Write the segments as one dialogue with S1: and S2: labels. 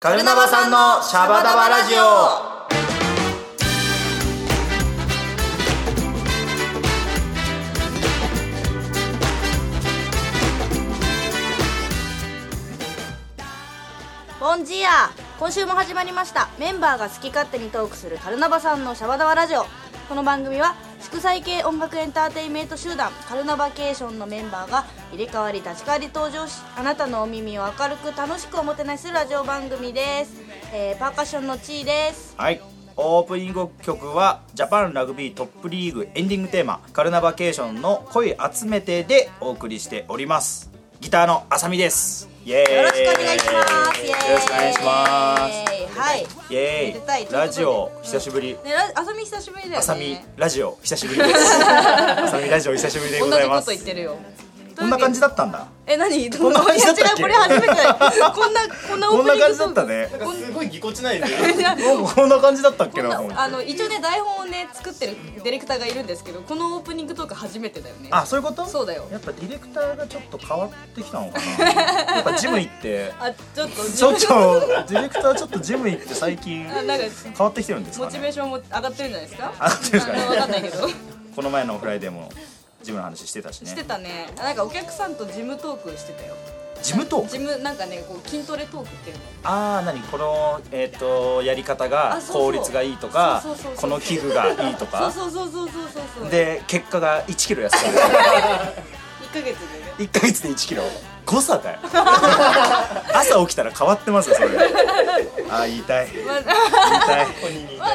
S1: カルナバさんのシャバダバラジオ
S2: ボンジーア今週も始まりましたメンバーが好き勝手にトークするカルナバさんのシャバダワラジオこの番組は祝祭系音楽エンターテインメント集団カルナバケーションのメンバーが入れ替わり立ち替わり登場しあなたのお耳を明るく楽しくおもてなしするラジオ番組です、えーパーカッションのチーです
S1: はいオープニング曲はジャパンラグビートップリーグエンディングテーマ「カルナバケーションの恋集めて」でお送りしておりますギターのあさみですイエーイ
S2: よろしくお願いしますイエーイ
S1: よろしくお願いします
S2: はい
S1: イエ
S2: めでたい
S1: ーイ
S2: ということで
S1: ラジオ久しぶり
S2: ねらあさみ久しぶりだよね
S1: あさみラジオ久しぶりですあさみラジオ久しぶりで
S3: 同
S1: ご
S3: じ
S1: ざい
S3: こ
S1: ま
S3: と言っ
S1: す
S3: てるよ
S1: こんな感じだったんだ
S2: え何
S1: こんな感じだったっけ
S2: いや違うこれ初めて だよこんなこんなオ
S1: こん
S2: ープ
S1: な
S2: ニン
S1: 感
S2: グ
S1: じだ
S2: ソ
S1: っ
S2: ン
S1: た
S2: グ
S1: ね
S4: なんかすごいぎこちないですよ。
S1: こんな感じだったっけな
S2: こんなあの一応ね台本をね作ってるディレクターがいるんですけどこのオープニングトーク初めてだよね
S1: あそういうこと
S2: そうだよ
S1: やっぱディレクターがちょっと変わってきたのかな やっぱジム行 って
S2: あちょっと自
S1: ちょ
S2: 分
S1: っとディレクターちょっとジム行って最近
S2: あ
S1: 変
S2: なんか
S1: わってきてるんです
S2: モ
S1: か
S2: チベ
S1: ね
S2: ーションも上がってるんじゃないですか
S1: 上がってるんですかね
S2: あのわかんないけど
S1: この前のフライデーもジムの話してたし
S2: して
S1: ね
S2: たねあなんかお客さんとジムトークしてたよ
S1: ジムと
S2: ジムなんかねこう筋トレトークっていうの
S1: ああ何このえっとやり方
S2: あ
S1: が
S2: そうそう
S1: 効率がいいとか
S2: そうそうそうそう
S1: この器具がいいとか
S2: そうそうそうそうそうそうそう
S1: で結果が1キロ痩せた
S2: 1ヶ月でね
S1: 1ヶ月で1キロ誤差 だよ朝起きたら変わってますよそれあー言いたい
S2: まあ
S1: 痛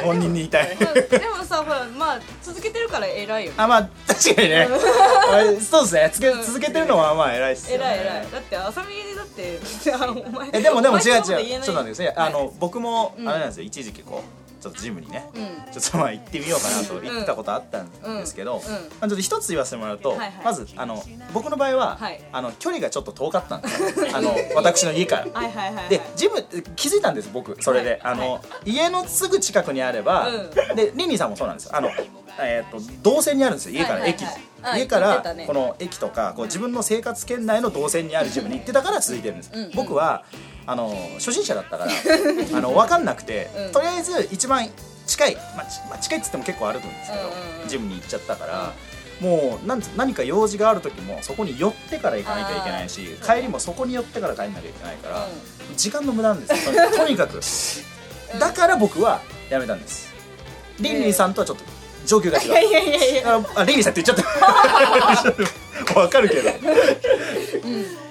S1: い本人に言いたい
S2: まあでもさほらまあ続けてるから偉いよね
S1: あまあ確かにねあそうですねつけ続けてるのはまあ偉いっすよ、ね、
S2: 偉い偉いだって浅見だって あお前
S1: えでもでも
S2: お前
S1: 違う違う
S2: そ
S1: ちょ
S2: んなこと
S1: っ
S2: 言えない
S1: となんですねあの僕もあれなんですよ、一時期こうちょっとジムにね、
S2: うん
S1: ちょっとまあ行ってみようかなと言ってたことあったんですけど、
S2: うんうんうん
S1: まあ、ちょっと一つ言わせてもらうと、
S2: いはい
S1: まずあの僕の場合は、
S2: はい
S1: あの距離がちょっと遠かったん ですよあの私の家から。
S2: はいはいはいはい
S1: でジムって気づいたんです僕それで、あの、家のすぐ近くにあれば、
S2: う
S1: でリンリンさんもそうなんですよあのえー、と動線にあるんですよ家から
S2: はいはい
S1: 駅、
S2: はいあ
S1: 家か
S2: 言ってた
S1: ら
S2: ね
S1: この駅とかこう自分の生活圏内の動線にあるジムに行ってたから続いてるんです、
S2: うんうん
S1: 僕はあの初心者だったから あの分かんなくて、
S2: うん
S1: とりあえず一番近い、まあちまあ近いっつっても結構あると思うんですけど、
S2: うんうんうん
S1: ジムに行っちゃったから、もうなんつ何か用事がある時もそこに寄ってから行かなきゃいけないし
S2: あー
S1: 帰りもそこに寄ってから帰んなきゃいけないから、
S2: うん
S1: 時間の無駄なんですよ とにとにかくだから僕はやめたんですリンリンさんとはちょっと状況が違う
S2: いやいやいやいや
S1: ああリンリンさんって言っちゃった わかるけど、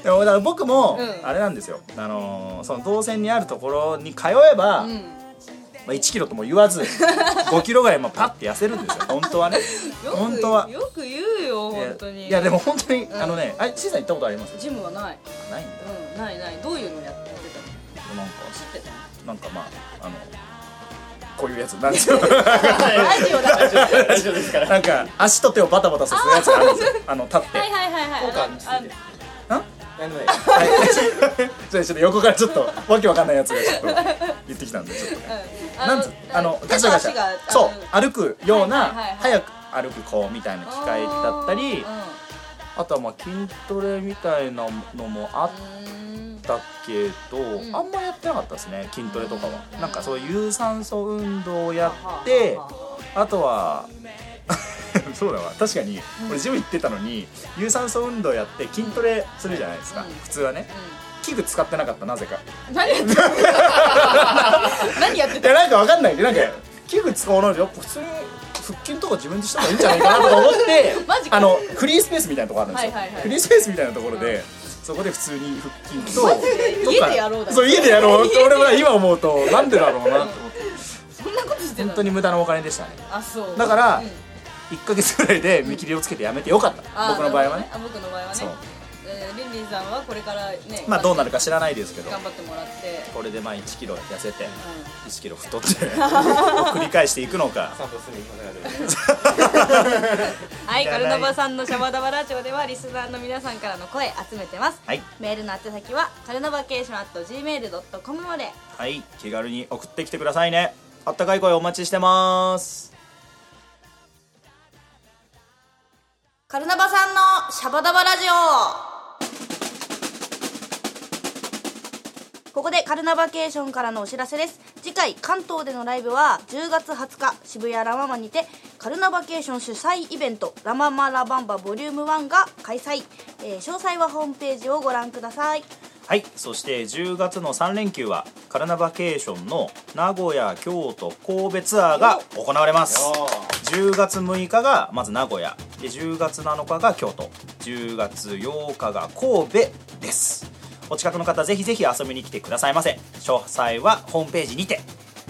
S1: でもだから僕も
S2: うん
S1: あれなんですよ、あのーその動線にあるところに通えば、
S2: うん
S1: まあ、1キロとも言わ ず5キロぐらいまあパッて痩せるんですよ本当はね
S2: よく
S1: 本当は
S2: よく言うよ本当に
S1: いやでも本当に、
S2: ん
S1: あのねあれしんさん行ったことあります
S2: ジムはない
S1: ないんだ
S2: うんないないどういうのやってたの
S1: なんか
S2: 知ってたの
S1: なんかまああのこういうやつなんですよ
S2: ラジオだから
S4: 大丈夫ですから。
S1: なんか足と手をバタバタさせるやつがあるんですよあの立って
S2: はいはいはいはい
S4: 効果について。
S1: あ
S4: なんでもない。
S1: はい、 それちょっと横からちょっとわけわかんないやつがちょっと言ってきたんでちょっとね
S2: あ
S1: なんつあのガシャガシ
S2: 手と足
S1: ャ
S2: が
S1: そう歩くような
S2: はいはいはい
S1: 早く歩く子みたいな機械だったりあとはまあ筋トレみたいなのもあっ
S2: うんうん
S1: たけど
S2: ん
S1: あんまやってなかったですね筋トレとかはなんかそういう有酸素運動をやって
S2: はあはあ
S1: あとは そうだわ確かに俺ジム行ってたのに有酸素運動やって筋トレするじゃないですか
S2: うん
S1: 普通はね器具使ってなかったなぜか
S2: うん何やって た何やって
S1: い
S2: た
S1: やなんかわかんないけどなんか器具使わないでやっぱ普通に腹筋とか自分でした方がいいんじゃないかなとか思って
S2: マジか
S1: あのフリースペースみたいなとこあるんですよ、
S2: はいはいはい
S1: フリースペースみたいなところで、そこで普通に腹筋と
S2: マジで
S1: とか
S2: 家でやろうだ
S1: そう家でや ろう俺は今思うとなんでだろうなって思って
S2: そんなことしてた
S1: 本
S2: の
S1: 当に無駄なお金でしたね
S2: あそう
S1: だから、
S2: うん
S1: 1か月ぐらいで見切りをつけてやめてよかった、
S2: あー
S1: 僕の場合はね
S2: なるほどあ僕の場合はね
S1: そう
S2: えーリンリンさんはこれからね
S1: まあどうなるか知らないですけど
S2: 頑張ってもらって
S1: これでまあ1キロ痩せて
S2: うん
S1: 1キロ太って 繰り返していくのか
S4: 散歩するに行かなかったです。
S2: はい、
S1: いら
S2: カ
S1: ない
S2: ルナバさんのシャバダバラジオではリスナーの皆さんからの声集めてます、
S1: はい
S2: メールの宛先はカルナバケーション at gmail.com まで
S1: はい気軽に送ってきてくださいねあったかい声お待ちしてます
S2: カルナバさんのシャバダバラジオここでカルナバケーションからのお知らせです次回関東でのライブは10月20日渋谷ラママにてカルナバケーション主催イベント「ラママラバンバボリューム1が開催、えー詳細はホームページをご覧ください
S1: はいそして10月の3連休はカルナバケーションの名古屋京都神戸ツアーが行われます10月6日がまず名古屋で10月7日が京都10月8日が神戸ですお近くの方ぜひぜひ遊びに来てくださいませ詳細はホームページにて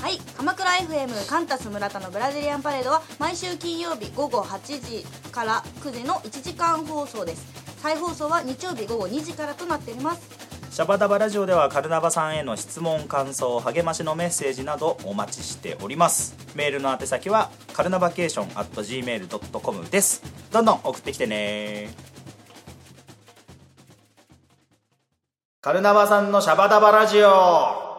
S2: はい鎌倉 FM カンタス村田のブラジリアンパレードは毎週金曜日午後8時から9時の1時間放送です再放送は日曜日午後2時からとなっております
S1: シャバダバラジオではカルナバさんへの質問感想励ましのメッセージなどお待ちしておりますメールの宛先はカルナバケーション at gmail.com ですどんどん送ってきてねカルナバさんのシャバダバラジオ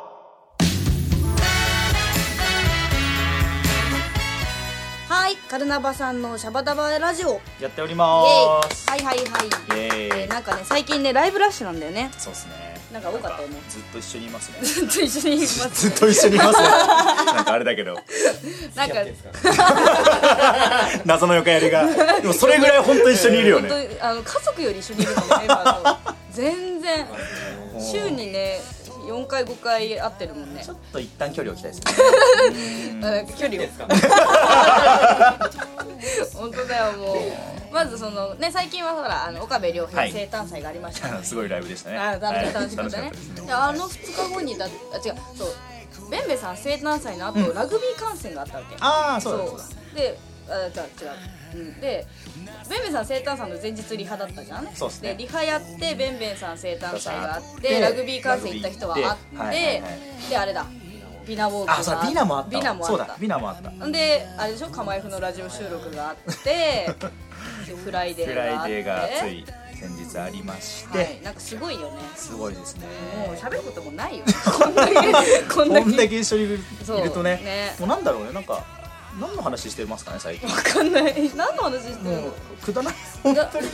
S2: はいカルナバさんのシャバダバラジオイエーイ
S1: やっております
S2: はいはいはい
S1: イエーイ
S2: えーなんかね最近ねライブラッシュなんだ よね
S1: そうですね
S2: なんか多かったよね
S1: なんずっと一緒にいますね
S2: ずっと一緒にいます
S1: ずっと一緒にいますね なんかあれだけど
S2: なんか
S1: 謎の横やりがでもそれぐらい本当一緒にいるよ
S2: 本
S1: ね
S2: 当あの家族より一緒にいるのもね 今あの全然週にね4回5回会ってるもんね
S1: ちょっと一旦距離を置きたいですね
S2: なんか距離を
S4: ですか
S2: 本当だよもうまずそのね最近はほらあの岡部良
S1: は
S2: 平
S1: い
S2: 生誕祭がありましたね、
S1: すごいライブでしたね。
S2: あ楽
S1: は
S2: しかったね
S1: い楽しかったです
S2: であの2日後にだあ違うそうべんべさん生誕祭の後、ラグビー観戦があったわけ
S1: ああ、そうだそうだ。
S2: であ違う違う、うん、でべんべんさん生誕祭の前日リハだったじゃん
S1: そうっすね
S2: リハやってべんべんさん生誕祭があっ
S1: で
S2: てラグビー観戦行った人はあって、
S1: ラグビー行ってはいはい
S2: であれだビナウォークが
S1: あ、そうだ、ビナもあったわ。
S2: ビナもあ
S1: そう
S2: った
S1: だ、ビナもあった。
S2: んであれでしょ「かまいふ」のラジオ収録があって でフライデ
S1: フ
S2: ーがあっ
S1: ライデ
S2: て
S1: ーがつい先日ありまして、
S2: はい、なんかすごいよね
S1: すごいですね。
S2: もう喋ることもな いよねこんだけこんだ
S1: こんだ
S2: け
S1: け一緒にいる
S2: そう
S1: いるとね
S2: ね
S1: もうなんだろうね、なんか何の話してますかね最近。
S2: わかんない何の話してる
S1: も
S2: の
S1: うくだらない本当に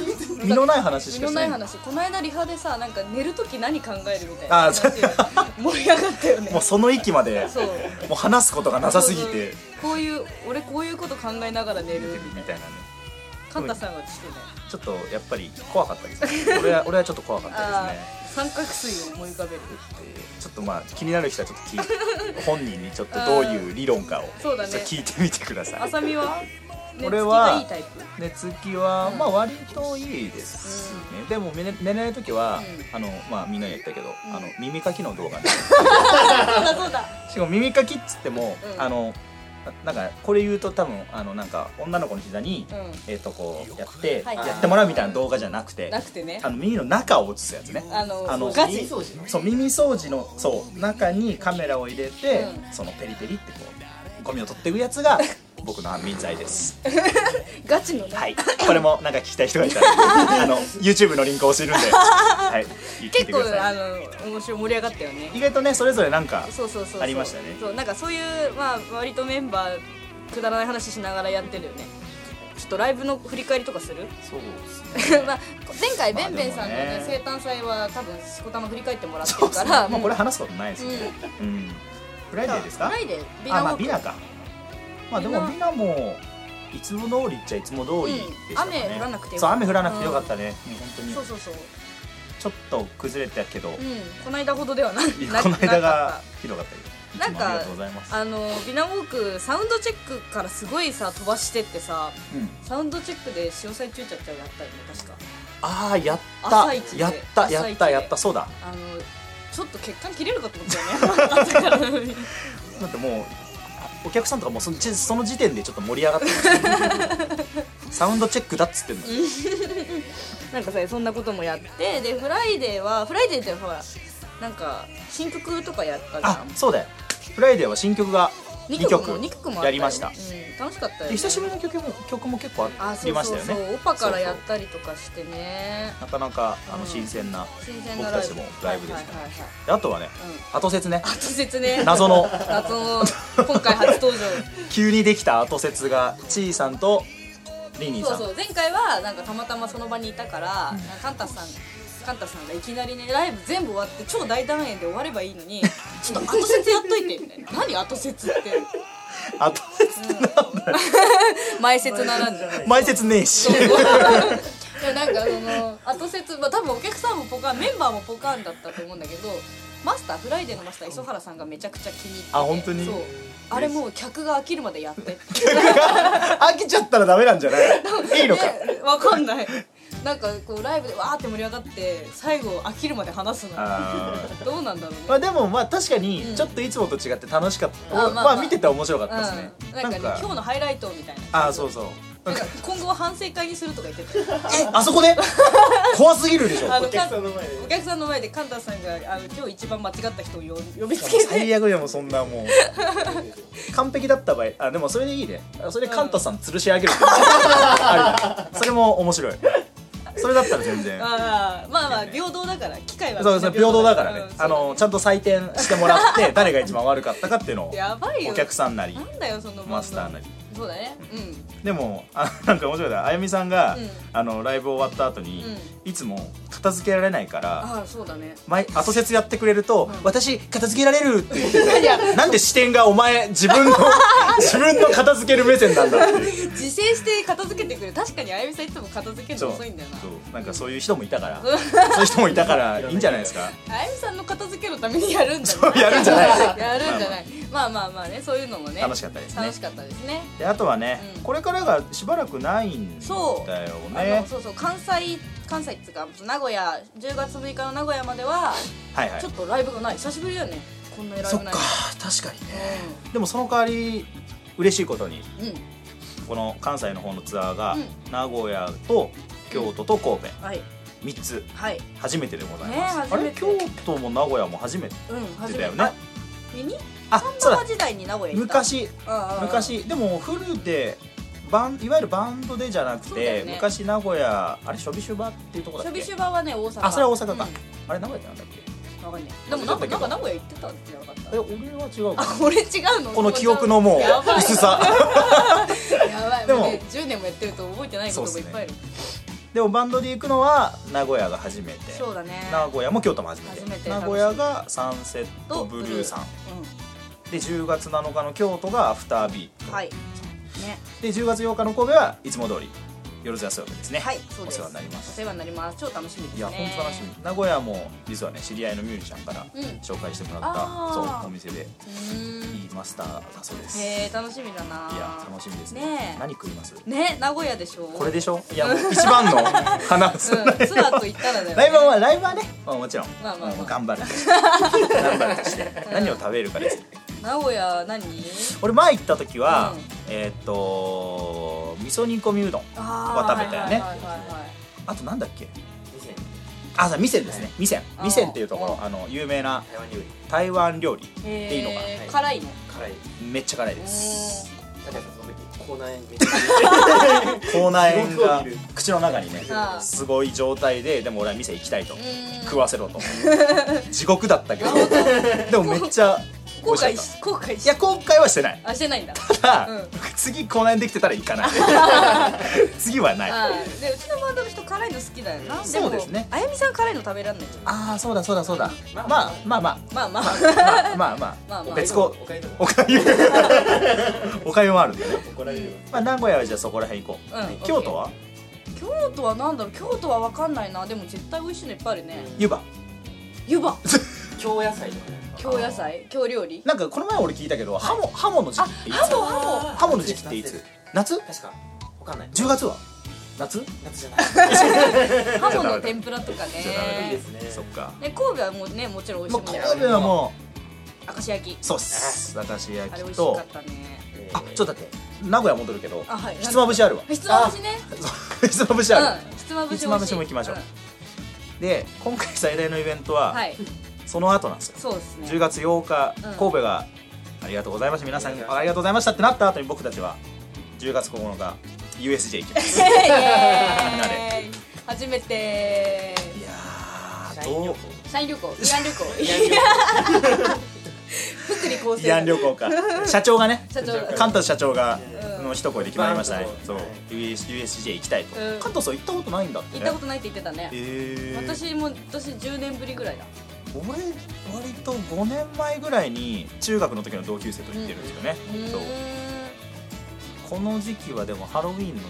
S1: 身のない話しか
S2: 身の
S1: し
S2: な
S1: ないい。
S2: 話この間リハでさなんか寝る時何考えるみたいな
S1: あーそう
S2: 話盛り上がったよね
S1: もうその域まで
S2: そう
S1: もう話すことがなさすぎて
S2: こういう俺こういうこと考えながら寝る
S1: み
S2: み
S1: た
S2: た
S1: い
S2: い
S1: な
S2: な
S1: ね。
S2: カンタさんは来てね
S1: ちょっとやっぱり怖かったですね。俺は俺はちょっと怖かった
S2: あ
S1: で
S2: あ
S1: すね。
S2: ー三角錐を思い浮かべる
S1: えーちょっとまあ気になる人はちょっと聞い本人にちょっとどういう理論かをちょ
S2: そ
S1: っ
S2: う
S1: と
S2: だね
S1: 聞いてみてくださ
S2: あ
S1: い
S2: さみは寝つき
S1: 俺は
S2: がいいタイプ
S1: 寝つきはまあ割といいですね、でも寝れ寝れない時は、あのまあみんなに言ったけど、あの耳かきの 動画ね
S2: そうだそうだ
S1: しかも耳かきっつっても、
S2: うん
S1: あのななんかこれ言うと多分あのなんか女の子の膝に、
S2: うん
S1: えっ、とこうやって、
S2: はい
S1: やってもらうみたいな動画じゃなくて
S2: なくてね
S1: あの耳の中を映すやつね
S2: あのガチ
S4: 掃除の
S1: そう耳掃除のそう中にカメラを入れて、
S2: う
S1: そのペリペリってこうゴミを取っていくやつ が僕の安眠剤です
S2: ガチのね、
S1: はいこれもなんか聞きたい人がいた らあの YouTube のリンクを教えるんで、はい、聞い
S2: 結
S1: て
S2: 構
S1: くださ
S2: あ
S1: い
S2: の面白い盛り上がったよね
S1: 意外とねそれぞれなんか
S2: そうそうそうそう
S1: ありましたね
S2: そうなんかそういうまあ割とメンバーくだらない話しながらやってるよねちょっとライブの振り返りとかする
S1: そうですね
S2: まあ前回
S1: まあ
S2: べんべんさんの
S1: で
S2: ね
S1: も
S2: 生
S1: ね
S2: 誕祭は多分しこたま振り返ってもらって
S1: そ
S2: る
S1: うです
S2: か
S1: ね
S2: ら
S1: もうこ
S2: れ
S1: れ話すことないですねうん、フライデーですか
S2: ないでビ
S1: あ
S2: ナ
S1: まあ
S2: ウォー
S1: ビ
S2: ク
S1: ナかまあでもビナもいつも通りっちゃいつも通りでしたかね、
S2: うん雨降らなくてよかった
S1: そう雨降らなくてよかったね、うん本当に
S2: そうそうそう
S1: ちょっと崩れたけど、
S2: うんこの間ほどではない
S1: いや
S2: な
S1: この間
S2: なかった
S1: がひどかったけど
S2: なん
S1: いつもありが
S2: か
S1: とうございます
S2: あのビナウォークサウンドチェックからすごいさ飛ばしてってさ
S1: うん
S2: サウンドチェックで潮祭ちゅうちゃっちゃうやったよね確か
S1: ああやっ
S2: 朝
S1: た
S2: 一で
S1: やったや
S2: 朝
S1: っ
S2: 一
S1: た
S2: で
S1: やったそうだ
S2: あのちょっと血管切れるかと思ったよ ね
S1: だってもうあお客さんとかもうそのちその時点でちょっと盛り上がってま したサウンドチェックだっつってんのに
S2: なんかさそんなこともやってでフライデーはフライデーってほらなんか新曲とかやったじゃ
S1: あ
S2: ん
S1: そうだよフライデーは新曲が
S2: 二
S1: 2曲
S2: も二曲もあったよ
S1: やりました
S2: うん、楽しかったよ、
S1: で
S2: ね、
S1: 久しぶりの曲も曲も結構
S2: あ
S1: あ
S2: そ
S1: り
S2: うそ
S1: ま
S2: う
S1: し
S2: そ
S1: た
S2: う
S1: よね
S2: オパからやっ
S1: そう
S2: たりとかしてね
S1: そうなかなかあ
S2: う
S1: の
S2: ん
S1: 新鮮な
S2: 新鮮な
S1: 僕
S2: ラ
S1: た
S2: イ
S1: ち
S2: ブ
S1: もライブでした
S2: はいはいはいはい
S1: であとはね後説ね
S2: うん、 後説ね
S1: 謎の
S2: 謎の今回初登場
S1: 急にできた後説がちーさんとリニー
S2: そ
S1: さ
S2: うんそう前回はなんかたまたまその場にいたから、カンタスさんカンタさんがいきなりねライブ全部終わって超大団円で終わればいいのにちょっと後説やっといてみたいな何後説って
S1: あと
S2: 前説ならぬ
S1: 前説ねえし
S2: いやなんかその後説まあ多分お客さんもポカンメンバーもポカンだったと思うんだけどマスターフライデーのマスター磯原さんがめちゃくちゃ気に入ってて
S1: あ本当に
S2: そうあれもう客が飽きるまでやって
S1: 飽きちゃったらダメなんじゃないいいのか
S2: え わかんないなんかこうライブでわーって盛り上がって最後飽きるまで話すな
S1: あー
S2: どうなんだろうね
S1: まあでもまあ確かに
S2: うん
S1: ちょっといつもと違って楽しかった、
S2: あまあ
S1: ま
S2: ま
S1: あ
S2: あ
S1: 見てて面白かったですね、
S2: うん、なんかね今日のハイライトみたいな
S1: ああそうそう
S2: なんか今後は反省会にするとか言ってた
S1: えあそこ で怖すぎるでしょ
S2: あの
S4: お客さんの前で
S2: お客さんの前でカンタさんがあの今日一番間違った人をよ呼びつけて
S1: 最悪でもそんなもう完璧だった場合あでもそれでいいねあそれでカンタさん吊るし上げる、ありそれも面白いそれだったら全然
S2: ああまあまあ平等だから機会は
S1: そうですね平等だからね、
S2: うんそう
S1: あのちゃんと採点してもらって誰が一番悪かったかっていうのを
S2: や ばいよ
S1: お客さんなり
S2: なんだよその
S1: マスターな
S2: ね
S1: り
S2: そうだねうん
S1: でもあなんか面白いなあやみさんが、
S2: うん
S1: あのライブ終わった後に、いつも片付けられないから
S2: ああそうだね
S1: 前後説やってくれると、私片付けられるって言っててなんで視点がお前自分 の自分の片付ける目線なんだっていう
S2: 自制して片付けてくれる確かにあやみさんいつも片付けるの遅いんだよ
S1: そうな
S2: な
S1: んかそういう人もいたからそういう人もいた からいいんじゃないですか
S2: あやみさんの片付けのためにやるんじゃ
S1: そ
S2: な
S1: うやるんじゃない
S2: い やるんじゃないまあまあまあねそういうのもね
S1: 楽しかったですね
S2: 楽しかったですね
S1: であとはね、
S2: うん
S1: これからがしばらくないんだよ
S2: そうあ
S1: ね
S2: のそうそう関西関西っつうか名古屋10月6日の名古屋までは
S1: はいはい
S2: ちょっとライブがない久しぶりだよねこんなにライ
S1: そ
S2: ブ
S1: っ
S2: な
S1: か
S2: い
S1: 確かにねでもその代わり嬉しいことに
S2: うん、うん、
S1: この関西の方のツアーが、
S2: うん
S1: 名古屋と京都と神戸
S2: はい
S1: 3つ
S2: はい
S1: 初めてでございます、
S2: ねえ
S1: あれ
S2: 初
S1: 京
S2: めて
S1: 都も名古屋も初めて
S2: うん初め
S1: だよ
S2: て
S1: ね
S2: あミニ
S1: あ
S2: サ
S1: そ
S2: ン
S1: う
S2: バ
S1: だ
S2: 時代に名古屋行った
S1: 昔
S2: ああ
S1: 昔でもフルでバンいわゆるバンドでじゃなく
S2: そうだ
S1: て、
S2: よね
S1: 昔名古屋あれショビシュバっていうとこ
S2: シ
S1: だ
S2: ョ
S1: っけ
S2: ビシュバはね大阪
S1: あそれは大阪か
S2: うん
S1: あれ名古屋ってなんだっけ
S2: わかんないでもなん
S1: ちょっ
S2: かなん
S1: と
S2: か
S1: だ
S2: 名古屋行ってたんじゃなかった
S1: え俺は違うか
S2: あ
S1: な
S2: 俺違うの
S1: この記憶のも
S2: や
S1: う
S2: ばい
S1: 薄さ
S2: やばい
S1: で
S2: で
S1: も
S2: もね10年もやってると覚えてないこともいっぱいある
S1: でもバンドで行くのは名古屋が初めて
S2: そうだね
S1: 名古屋も京都も初めて
S2: 初めて
S1: 名古屋がサンセットブルーさんで10月7日の京都がアフタービー
S2: う
S1: ト
S2: んはいね
S1: で10月8日の神戸はいつも通りよろずやすわけですね
S2: はいそうです
S1: お世話になります
S2: お世話になります超楽しみです
S1: い
S2: ね
S1: や本当楽しみ名古屋も実はね知り合いのミュージシャンから
S2: うん
S1: 紹介してもらった
S2: あー
S1: そうお店で
S2: うーん
S1: いいマスターだそうですい
S2: へえ楽しみだな
S1: や楽しみですね
S2: ねえ
S1: 何食います
S2: ね名古屋でしょ
S1: これでしょいやもう一番の花
S2: うんツアーと言ったらだよね
S1: ライブはライブはねまあもちろん
S2: まあまあまあ
S1: うん頑張る頑張るとして何を食べるかです
S2: 名古屋何
S1: 俺前行った時は
S2: うん
S1: えーっと味噌煮込みうどん
S2: あー
S1: は食べたよね
S2: はいはいはいはい
S1: あとなんだっけあそう店ですね店
S2: あー
S1: 店っていうところ
S2: う
S1: あの有名な
S4: 台湾料理
S1: 台湾料理でいいのかな
S2: へー
S4: はい
S2: 辛いの
S4: 辛い
S1: めっちゃ辛いです
S4: 高橋さんその時口内炎
S1: 口内炎が
S4: 地獄を見る
S1: 口の中にね
S2: ああ
S1: すごい状態ででも俺は店行きたいと
S2: うん
S1: 食わせろと地獄だったけどでもめっちゃ美
S2: 後
S1: 味しかった
S2: 悔し後悔
S1: い
S2: し
S1: や後悔はしてない
S2: あしてないんだ
S1: ただ、
S2: うん
S1: 次口内炎できてたら行かない次はない
S2: あーでうちのバンドの人辛いの好きだよな
S1: そうですね
S2: もあやみさん辛いの食べらんないじゃん
S1: ああそうだそうだそうだまあまあまあま
S2: まあまあ
S1: あまあま
S2: まあま
S1: あ
S2: あ
S1: 別個
S4: おかえりとか
S1: おかゆおかゆもあるんでね、
S4: 怒られるよ
S1: まあ、名古屋はじゃあそこら辺行こう、
S2: うん
S1: 京都は
S2: 京都はなんだろう京都は分かんないなでも絶対美味しいのいっぱいあるね
S1: 湯葉
S2: 湯葉
S4: 京野菜とかね
S2: 京野菜京料理
S1: なんかこの前俺聞いたけどハモハモの時期っていつ
S2: ハモハモ
S1: ハモの時期っていつ夏
S4: 確かわかんない
S1: 10月は夏
S4: 夏じゃない
S2: ハモの天ぷらとか
S1: じゃあダメ
S4: いい
S2: ね
S4: ですね
S1: そっか
S2: ね神戸はもうねもちろん美味
S1: も
S2: し
S1: う
S2: いもんね
S1: 神戸はも
S2: 明石焼き
S1: うそうっす明石
S2: あ
S1: 焼
S2: れ美
S1: き
S2: 味しか
S1: と
S2: ったね
S1: あちょっと待って名古屋戻るけど
S2: あはい
S1: ひつまぶしあるわ
S2: ひつまぶしね
S1: ひつまぶしある
S2: うんひつまぶ
S1: ひ
S2: し美味しい
S1: つまぶしも行きましょうんで今回最大のイベントは
S2: はい
S1: その後なんですよ
S2: そうですね
S1: 10月8日
S2: うん
S1: 神戸がありがとうございました皆さん
S4: あ
S1: あり
S4: りがとうございました
S1: がとうございましたってなった後に僕たちは10月9日 USJ 行きます
S2: イ
S1: な
S2: エーイ初めて
S1: いや
S4: 社
S1: ー
S4: 員
S1: ど
S4: 旅
S1: う
S2: 社員
S4: 行
S2: 旅行慰安旅行
S4: いやいや
S2: 福利厚生
S1: 慰安旅行か社長がね
S2: 社長
S1: カンタス社長が
S2: うん
S1: の一声で決まりましたね
S4: バーンと
S1: そう
S4: はい
S1: US USJ 行きたいと、
S2: うん
S1: 関東さん行ったことないんだって
S2: 行
S1: ね
S2: ったことないって言ってたね、
S1: えー、
S2: 私も私10年ぶりぐらいだ
S1: 俺割と5年前ぐらいに中学の時の同級生と行ってるんですよね、
S2: うーん
S1: そうこの時期はでもハロウィーンの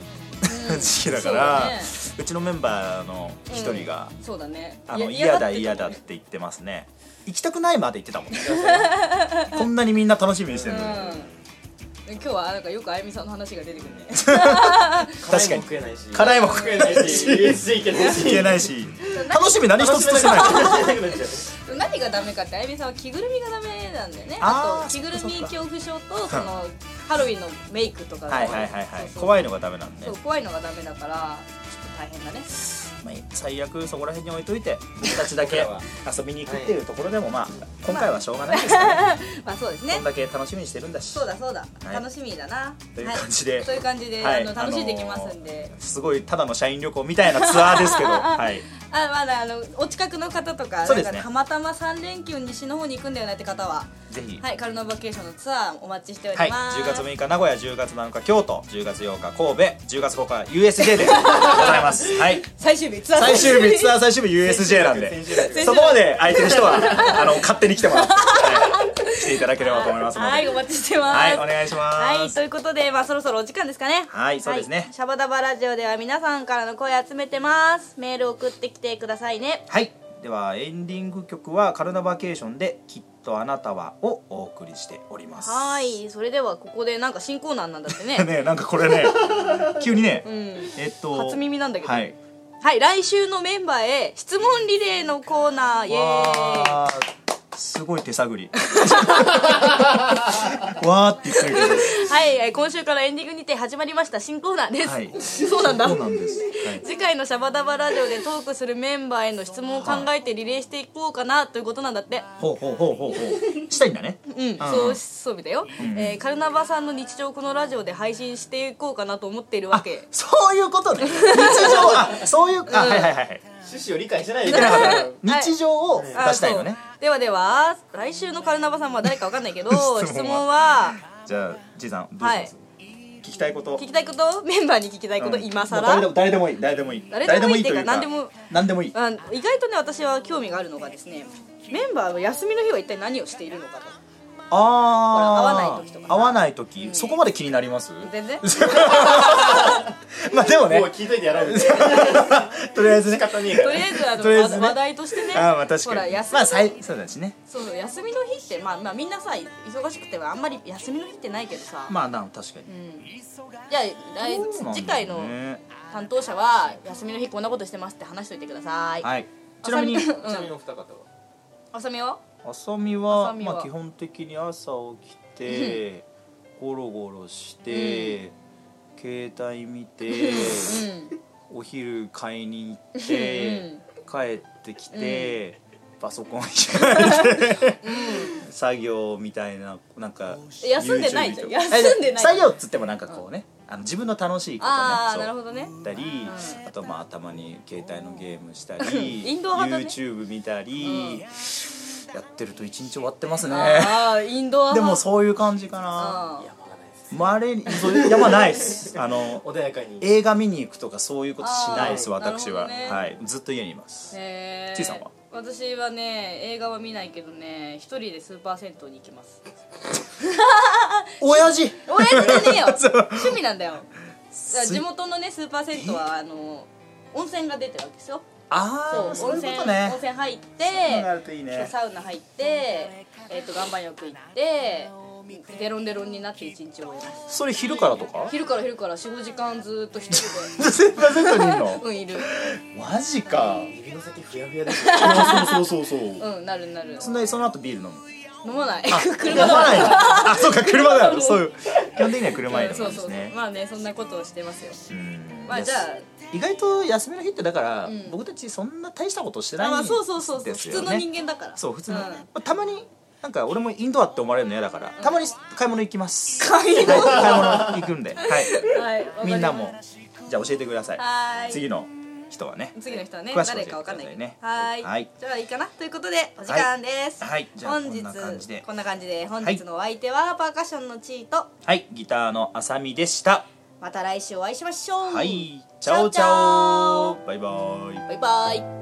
S2: うん
S1: 時期だからうちのメンバーの一人が、
S2: そうだね
S1: あ
S2: そう
S1: の
S2: ねい
S1: 嫌だ
S2: って
S1: 嫌だって
S2: た
S1: 言ってますね行きたくないまで言ってたもんねこんなにみんな楽しみにしてるのに、
S2: もんねうん今日はなんかよくあゆみさんの話が出てく るね
S1: 確かに
S4: 辛いもん食えないし
S1: 辛いもん
S4: 食えないし USJ 行けないし
S1: 行けないし楽しみ何一つとしてない
S2: 何がダメかってあゆみさんは着ぐるみがダメなんだよね
S1: あー
S2: あと着ぐるみ
S1: そっかそ
S2: 恐怖症とそのハロウィンのメイクとか
S1: はいはいはいはい
S2: い
S1: 怖いのがダメなんで
S2: そう怖いのがダメだからちょっと 大変だね
S1: まあ、最悪そこら辺に置いといて僕たちだけ
S4: 僕らは
S1: 遊びに行くっていうところでもまあ今回はしょうがないですけど
S2: まあそうです
S1: こ
S2: ね
S1: んだけ楽しみにしてるんだし
S2: そうだそうだ、
S1: はい
S2: 楽しみだな
S1: という感じで
S2: はい、という感じで、
S1: はい
S2: あの楽しんできますんで、
S1: すごいただの社員旅行みたいなツアーですけどはい
S2: あまだあのお近くの方とか
S1: そうですね
S2: なんかたまたま3連休西の方に行くんだよねって方は
S1: ぜひ
S2: はいカルノバケーションのツアーお待ちしており
S1: はい、
S2: ます、
S1: 10月6日名古屋10月7日京都10月8日神戸10月9日 USJ でございます はい
S2: 最終日ツアー
S1: 最終日ツ
S2: アー
S1: アー最終日 USJ なん
S4: 千
S1: で
S4: 秋楽
S1: そこまで空いてる人はあの勝手に来てもらって、はい、来ていただければと思いますので
S2: は
S1: はいい、
S2: お待ちしてます
S1: お願いし
S2: は
S1: ま
S2: い
S1: す
S2: ということでまあそろそろお時間ですかね
S1: はいそうですね
S2: シャバダバラジオでは皆さんからの声集めてますメール送ってきてくださいね
S1: はい、ではエンディング曲はカルナバケーションできっとあなたはをお送りしております
S2: はいそれではここでなんか新コーナーなんだってね
S1: ねなんかこれ ね急にね、
S2: うん
S1: えっと
S2: 初耳なんだけど
S1: はい
S2: はい来週のメンバーへ質問リレーのコーナーイエーイ
S1: わーすごい手探り わーって言ってるけ
S2: はいえー今週からエンディングにて始まりました新コーナーです、
S1: どはい
S2: そうなんだ
S1: そうなんです、はい
S2: 次回のシャバダバラジオでトークするメンバーへの質問を考えてリレーしていこうかなということなんだって
S1: ほうほうほうほうほうしたいんだね
S2: うん、そうそうみたいよ、えーカルナバさんの日常をこのラジオで配信していこうかなと思っているわけ
S1: そういうことね日常あそういうあ、はいはいはいはい
S4: 趣旨を理解してない
S1: 言ってなかった
S4: うん
S1: ね日常を出
S2: あ
S1: したいのね
S2: そうではでは来週のカルナバさんは誰か わかんないけど
S1: 問は
S2: 質問は
S1: じゃあじいさんどうします、聞きたいこと
S2: 聞きたいことメンバーに聞きたいこと、今更
S1: もう誰でも誰でもいい誰でもいい
S2: 誰でもいいっていうか
S1: 誰という何でもいい
S2: あ意外とね私は興味があるのがですねメンバーは休みの日は一体何をしているのかと
S1: あ
S2: ほら合わない時とか
S1: 合わない時そこまで気になります
S2: 全然
S1: まあでもね
S4: もう聞いといてやろうみたいな
S1: とりあえずね
S4: 仕方ねえ
S2: と
S4: か
S2: り
S4: ら
S2: あえずあの
S1: とりあえずね
S2: 話話題としてね
S1: ああまあ確か
S2: ほら
S1: にまあ
S2: 休みの日、
S1: 最そうだしね
S2: そうそう休みの日って、まあ、まあみんなさ忙しくてはあんまり休みの日ってないけどさ、
S1: まあな確かに
S2: うん、じゃあ来
S1: そうなんだよね
S2: 次回の担当者は休みの日こんなことしてますって話しといてください、
S1: はいちなみに
S2: あさみ
S4: ちなみにお二方は
S2: あさみは
S1: あさみは
S2: あさみは
S1: まあ基本的に朝起きてゴロゴロして携帯見て
S2: うん
S1: お昼買いに行って帰ってきてパソコン開いて 作業みたいななんか
S2: 休んでないじゃん
S1: YouTube とか
S2: 休んでない
S1: 作業っつってもなんかこうねあの自分の楽しいことね
S2: あ
S1: そ
S2: あ
S1: う
S2: なるほどね
S1: ったり、
S2: う
S1: あとまあたまに携帯のゲームしたり
S2: インドア派だね
S1: YouTube 見たり、やってると一日終わってますね
S2: ああインドア
S1: でも
S2: 派
S1: そういう感じかな
S2: あ
S4: 山がないです
S1: まれにそういうやまあないですあの
S4: 穏やかに
S1: 映画見に行くとかそういうことしないです
S2: あー
S1: 私は、
S2: なるほどね
S1: はいずっと家にいます
S2: へー
S1: ちいさんは
S2: 私はね映画は見ないけどね一人でスーパー銭湯に行 きます
S1: 親父
S2: 俺やってねえよ
S1: そう
S2: 趣味なんだよだから
S1: す
S2: 地元のねスーパー銭湯はあの温泉が出てるわけですよ
S1: ああそう
S2: 温
S1: いう
S2: 泉
S1: ことね
S2: 温泉入っ
S1: そうなる
S2: て
S1: といい
S2: そう
S1: ね
S2: サウナ入ってえっ、と岩盤浴行ってデロンデロンになって一日終えます
S1: それ昼からと か
S2: 昼から昼から45時間ずーっと一人
S1: 全然全然いる
S2: で
S1: の
S2: うんいる
S1: マジか
S4: 指の先ふやふやですよ
S1: そうそうそうそう、
S2: うんなるなる
S1: そんでその後ビール飲 む
S2: 飲まない
S1: 飲
S2: 車
S1: ま
S2: だ
S1: ないんだあそうか車だ よそういう基本的には車へ
S2: う
S1: の
S2: んそう
S1: で
S2: そ
S1: す
S2: うそう
S1: ね
S2: まあねそんなことをしてますよ
S1: うん
S2: まあじゃ
S1: 意外と休みの日ってだから、
S2: ん
S1: 僕たちそんな大したことして
S2: あ
S1: な
S2: あ
S1: い
S2: まあ
S1: んですよ
S2: そう
S1: ね
S2: そうそうそう普通の人間だから
S1: そう普通の、
S2: ん
S1: まあたまになんか俺もインドアって思われるの嫌だからたまに買い物行きます
S2: 買い物
S1: はい買い物行くんではい
S2: はいわかりました
S1: みんなもじゃあ教えてください
S2: はーい
S1: 次の人はね
S2: 次の人はね
S1: 詳しく教え
S2: 誰
S1: て
S2: かわかんないけど
S1: くださいね
S2: はーい
S1: はい
S2: じゃあいいかなということでお時間です
S1: はいはいじゃあ
S2: 本日
S1: こんな感じで
S2: こんな感じで本日のお相手はパーカッションのチーと
S1: はいギターのあさみでした
S2: また来週お会いしましょう
S1: はいチャオチャオバイバイ
S2: バイバイ